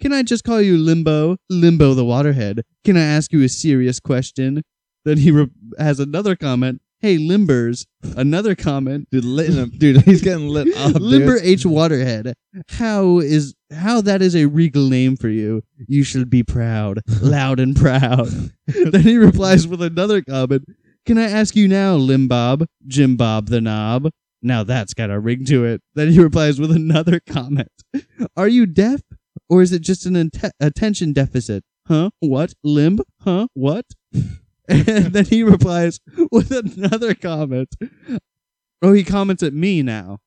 can I just call you Limbo? Limbo the Waterhead. Can I ask you a serious question? Then he re- has another comment. Hey, Limbers. Another comment. Dude, lit him. dude, he's getting lit up. dude. Limber H Waterhead. How is how that is a regal name for you? You should be proud, loud and proud. then he replies with another comment. Can I ask you now, Limbob, Jim Bob the Knob? Now that's got a ring to it. Then he replies with another comment. Are you deaf, or is it just an inte- attention deficit? Huh? What? Limb? Huh? What? and then he replies with another comment. Oh, he comments at me now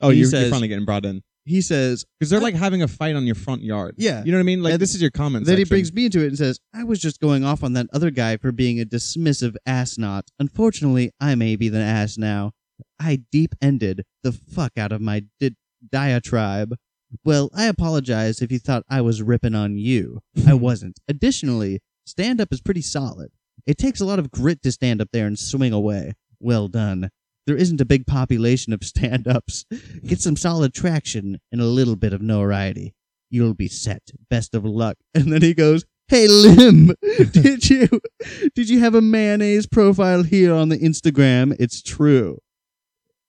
Oh, He you're, says- you're finally getting brought in he says, because they're like having a fight on your front yard. Yeah. you know what I mean. Like And this is your comment. then he section. brings me into it and says, I was just going off on that other guy for being a dismissive ass knot. Unfortunately, I may be the ass now. I deep ended the fuck out of my di- diatribe. Well, I apologize if you thought I was ripping on you. I wasn't. Additionally, stand up is pretty solid. It takes a lot of grit to stand up there and swing away. Well done. There isn't a big population of stand ups. Get some solid traction and a little bit of notoriety. You'll be set. Best of luck. And then he goes, Hey Lim, did you did you have a mayonnaise profile here on the Instagram? It's true.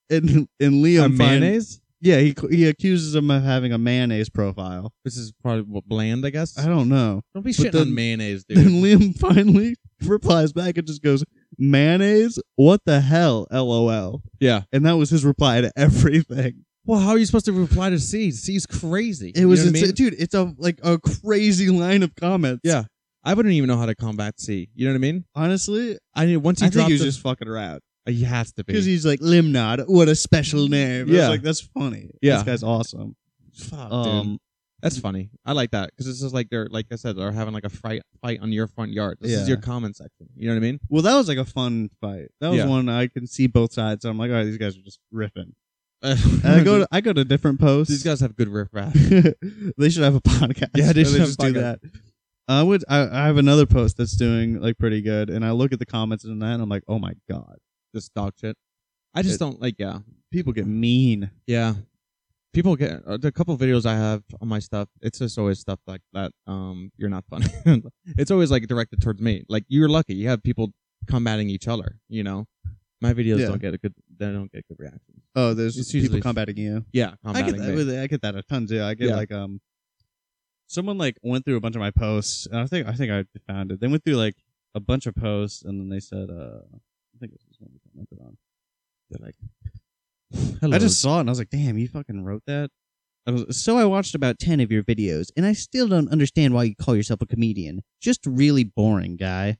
And and Liam a finds- mayonnaise. yeah, he he accuses him of having a mayonnaise profile. This is probably what, bland, I guess. I don't know. Don't be But shitting then- on mayonnaise, Then dude. Liam finally replies back and just goes, "Mayonnaise? What the hell? LOL." yeah. And that was his reply to everything. Well, how are you supposed to reply to C? C's crazy. It was You know insane. what I mean? dude. It's a like a crazy line of comments. Yeah. I wouldn't even know how to combat C. You know what I mean? honestly, I mean, once he I think dropped he was the- just fucking around Uh, he has to be. because he's like Limnod. What a special name. I was Yeah. like that's funny. Yeah. this guy's awesome. Fuck, dude. Um, That's funny. I like that because it's just like they're like I said they're having like a fight fight on your front yard. This Yeah. is your comment section. You know what I mean? well, that was like a fun fight. That was Yeah. one I can see both sides. So I'm like, all right, these guys are just riffing. Uh, And I go to I go to different posts. these guys have good riffraff. they should have a podcast. Yeah, they where should have a just do that. podcast. I would. I, I have another post that's doing like pretty good, and I look at the comments and that, and I'm like, oh my god, this dog shit. I just It- don't like. Yeah, people get mean. yeah. People get uh, the couple videos I have on my stuff. It's just always stuff like that. Um, you're not funny. it's always like directed towards me. Like you're lucky. You have people combating each other. You know, my videos Yeah. don't get a good. They don't get good reactions. Oh, there's It's people usually- combating you. Yeah, I combating get that. me. with- I get that a ton too. I get Yeah. like um, someone like went through a bunch of my posts, and I think I think I found it. They went through like a bunch of posts, and then they said, uh, I think this is one we commented on. They're like, Hello. I just saw it and I was like, damn, you fucking wrote that? I was, so I watched about 10 of your videos and I still don't understand why you call yourself a comedian. Just really boring guy.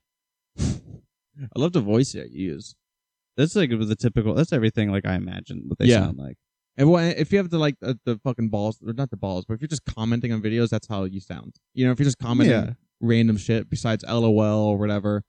I love the voice that you use. That's like the typical, that's everything like I imagine what they Yeah. sound like. And well, if you have the like uh, the fucking balls, or not the balls, but if you're just commenting on videos, that's how you sound. You know, if you're just commenting Yeah. random shit besides LOL or whatever,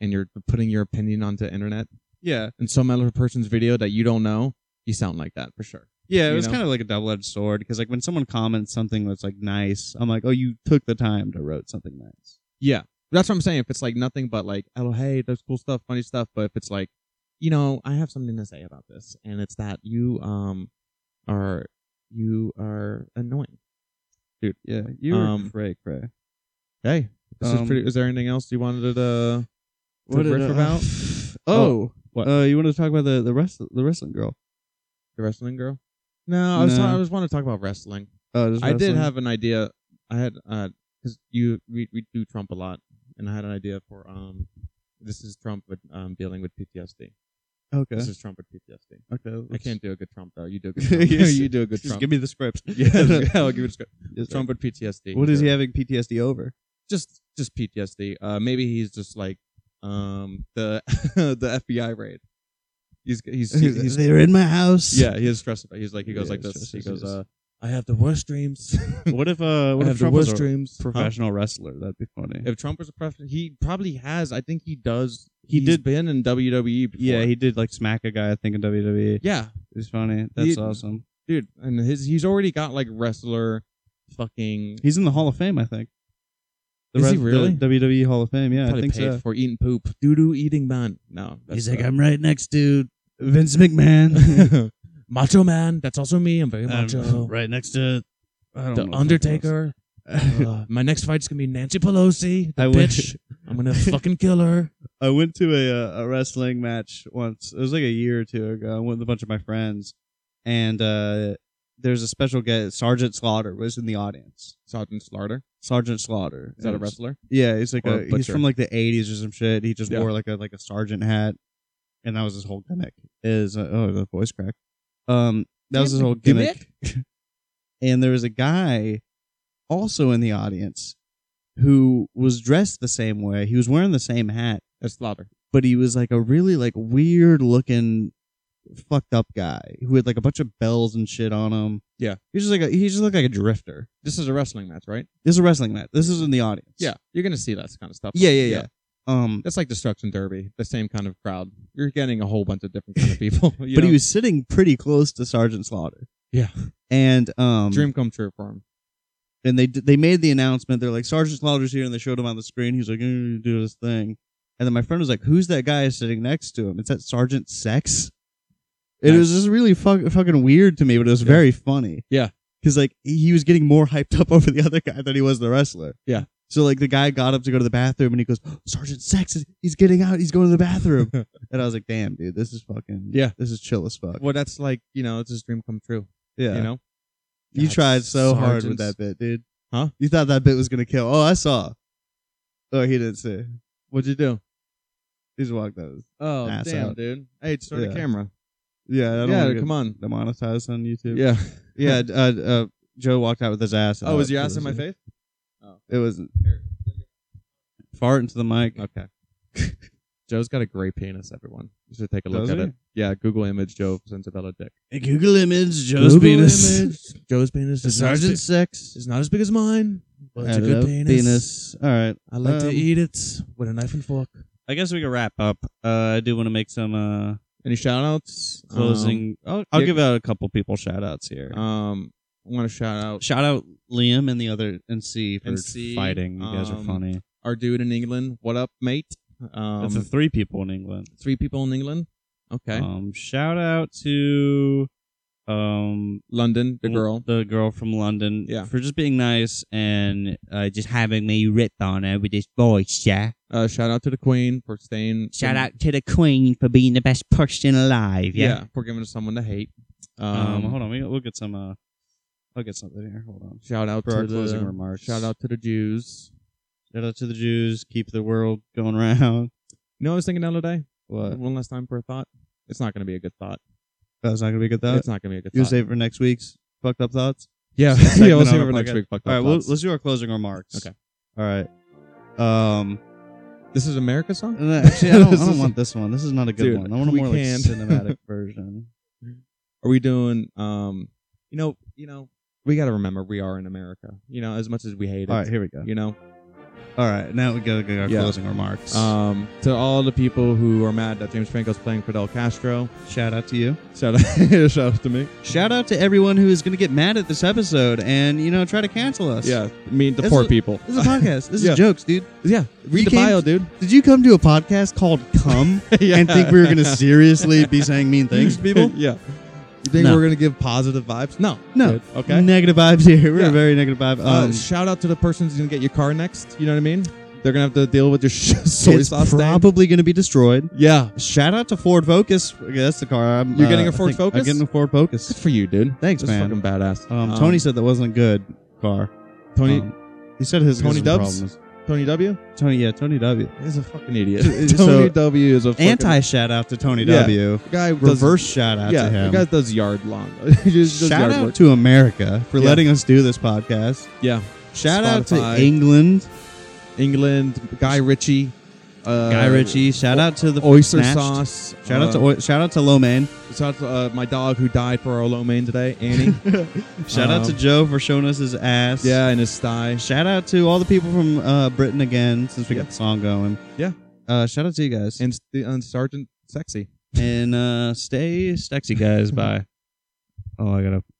and you're putting your opinion onto the internet Yeah. and some other person's video that you don't know, you sound like that for sure. Yeah, it You was know? kind of like a double edged sword because like when someone comments something that's like nice, I'm like, oh, you took the time to wrote something nice. Yeah, that's what I'm saying. If it's like nothing but like, oh hey, there's cool stuff, funny stuff, but if it's like, you know, I have something to say about this, and it's that you um are you are annoying. dude. Yeah, you were Um, cray cray. Hey, this Um, is pretty. Is there anything else you wanted to? Uh, What did riff I- about? Oh, what? Uh, you want to talk about the the wrestling the wrestling girl? the wrestling girl? No, I was. No. ta- I was want to talk about wrestling. Oh, just I did wrestling? have an idea. I had because you we, we do Trump a lot, and I had an idea for um. This is Trump with um dealing with PTSD. Okay. This is Trump with PTSD. okay. I let's- can't do a good Trump though. You do a good Trump. Yes. you do a good Just Trump. give me the script. yeah, I'll give it a script. Just- Trump with PTSD. What is Good. he having PTSD over? just just PTSD. Uh, maybe he's just like um the the FBI raid. He's he's, he's, he's They're in my house. yeah he is stressed about. He's like he goes Yeah, like he's this. stressed, He he's goes stressed. uh, I have the worst dreams. What if uh? I What have if the Trump was worst a dreams. Huh? professional wrestler? That'd be funny. If Trump was a president, he probably has. I think he does. He He's did- been in WWE. Before. yeah, he did like smack a guy. I think in WWE. yeah, It's funny. That's He- awesome. dude, and his he's already got like wrestler, fucking. He's in the Hall of Fame, I think. Is he res- really? WWE E Hall of Fame? Yeah, I probably think paid so. for eating poop. Doo doo eating man. No, that's uh, right next to Vince McMahon. Macho Man. That's also me. I'm very macho. I'm Um, right next to I don't know the what Undertaker. fuck else. Uh, my next fight's gonna be Nancy Pelosi. The I went- bitch. I'm gonna fucking kill her. I went to a uh, a wrestling match once. It was like a year or two ago. I went with a bunch of my friends, and uh, there's a special guest. Sergeant Slaughter was in the audience. Sergeant Slaughter. Sergeant Slaughter Is that a And- wrestler? Yeah, he's like Or a, a he's butcher. from like the '80s or some shit. He just Yeah. wore like a like a sergeant hat, and that was his whole gimmick. Is uh, oh the voice crack. Um, that was his whole gimmick. and there was a guy also in the audience who was dressed the same way. He was wearing the same hat, That's Slaughter. but he was like a really like weird looking fucked up guy who had like a bunch of bells and shit on him. Yeah. He's just like a, he just looked like a drifter. This is a wrestling match, right? This is a wrestling match. This is in the audience. Yeah, you're gonna see that kind of stuff. Yeah, yeah, yeah. Um That's like Destruction Derby, the same kind of crowd. You're getting a whole bunch of different kind of people. you but know? he was sitting pretty close to Sergeant Slaughter. Yeah. And um dream come true for him. and they d- they made the announcement. They're like Sergeant Slaughter's here, and they showed him on the screen. He's like, "Eh, do this thing, and then my friend was like, "Who's that guy sitting next to him?" It's that Sergeant Sex. It was just really fuck, fucking weird to me, but it was Yeah. very funny. Yeah. because like he he was getting more hyped up over the other guy than he was the wrestler. Yeah. So like the guy got up to go to the bathroom, and he goes, "Oh, "Sergeant Sex, is, he's getting out. He's going to the bathroom." and I was like, "Damn, dude, this is fucking Yeah. this is chill as fuck." Well, that's like you know, it's his dream come true. Yeah, You know, you God, tried so hard with sergeants. that bit, dude. Huh? You thought that bit was gonna kill. Oh, I saw. Oh, he didn't see. What'd you do? He just walked out. Oh Ass damn, out. dude! Hey, start Yeah. a camera. Yeah, I don't Yeah, wanna come on. get demonetized on YouTube. Yeah. yeah. d- Uh, uh, Joe walked out with his ass. Oh, out. was your It ass in my was- face? It was Here. fart into the mic. Okay. Joe's got a gray penis. Everyone, you should take a look Does at he? it. Yeah, Google image Joe Sensabella dick. Google image Joe's penis. Joe's penis is not, as big, Sex. is not as big as mine, but it's a I good love penis. All right. I like to Um, eat it with a knife and fork. I guess we can wrap up. Uh, I do want to make some uh, Any Um, shout outs? closing. I'll, I'll yeah. give out a couple people shout outs here. Um, um, I want to shout out Shout out Liam and the other NC for NC, fighting. You guys are um, funny. our dude in England. What up, mate? Um, That's the three people in England. three people in England. Okay. Um, shout out to um London, the girl. the girl from London, Yeah. for just being nice and uh, just having me rip on her with this voice. Yeah, Uh, shout out to the Queen for staying. Shout out to the Queen for being the best person alive. Yeah. Yeah. for giving us someone to hate. Um, Um, hold on, we, we'll get some. Uh, I'll get something here. Hold on. Shout out For to our the, closing remarks. Shout out to the Jews. Shout out to the Jews. Keep the world going round. You know, what I was thinking the other day. Uh, What? One last time for a thought. It's not going to be a good thought. That's not gonna be a good thought. it's not going to be a good You thought. save it for next week's fucked up thoughts. yeah, yeah. segment We'll on save it our for next podcast. week. Fucked All up right, well, thoughts. let's do our closing remarks. Okay. All right. Um. this is America song. No, Actually, I don't, I don't want this one. This is not a good Dude, one. I want a we more like can't. cinematic version. Are we doing? Um, you know, you know, we got to remember we are in America. You know, as much as we hate it. All right, here we go. You know, All right, now we gotta get our Yeah. closing remarks. um, to all the people who are mad that James Franco's playing Fidel Castro, shout out to you. shout out, shout out to me. Shout out to everyone who is gonna get mad at this episode and you know try to cancel us. Yeah, I mean the This poor is- people. This is a podcast. This Yeah. is jokes, dude. Yeah, read You the came- bio, dude. Did you come to a podcast called Come yeah. and think we were gonna seriously be saying mean things to people? yeah. You think No. we're gonna give positive vibes? No. No. Good. Okay. Negative vibes here. We're Yeah. a very negative vibe. Uh, Um, shout out to the person who's gonna get your car next. You know what I mean? They're gonna have to deal with your sh- soy it's sauce. stain. probably going to be destroyed. Yeah. Shout out to Ford Focus. Okay, that's the car. I'm, You're uh, getting a I Ford think Focus? I'm getting a Ford Good Focus. for you, dude. Thanks, That's man. fucking badass. Um, Tony said that wasn't a good car. Tony. Um, he said his Tony his Dubs? problems. Tony W. Tony, yeah, Tony W. He's a fucking idiot. So- Tony W. is a fucking Anti shout out to Tony Yeah. W. guy. does- Reverse shout out Yeah, to the him. guy does yard long. He just does shout yard out work. to America for Yeah. letting us do this podcast. Yeah. Shout out Spotify. to England, England. Guy Ritchie. Uh, Guy Ritchie. Shout out to the Oyster Snatched. sauce. Shout out to uh, Oy- shout out to Lomain. shout out to uh, my dog who died for our lo mein today, Annie. Shout out to Um, Joe for showing us his ass. yeah, and his thigh. Shout out to all the people from uh, Britain again, since we Yeah. got the song going. Yeah. Uh, shout out to you guys. and, st- and Sergeant Sexy. and uh, stay sexy, guys. Bye. Oh, I gotta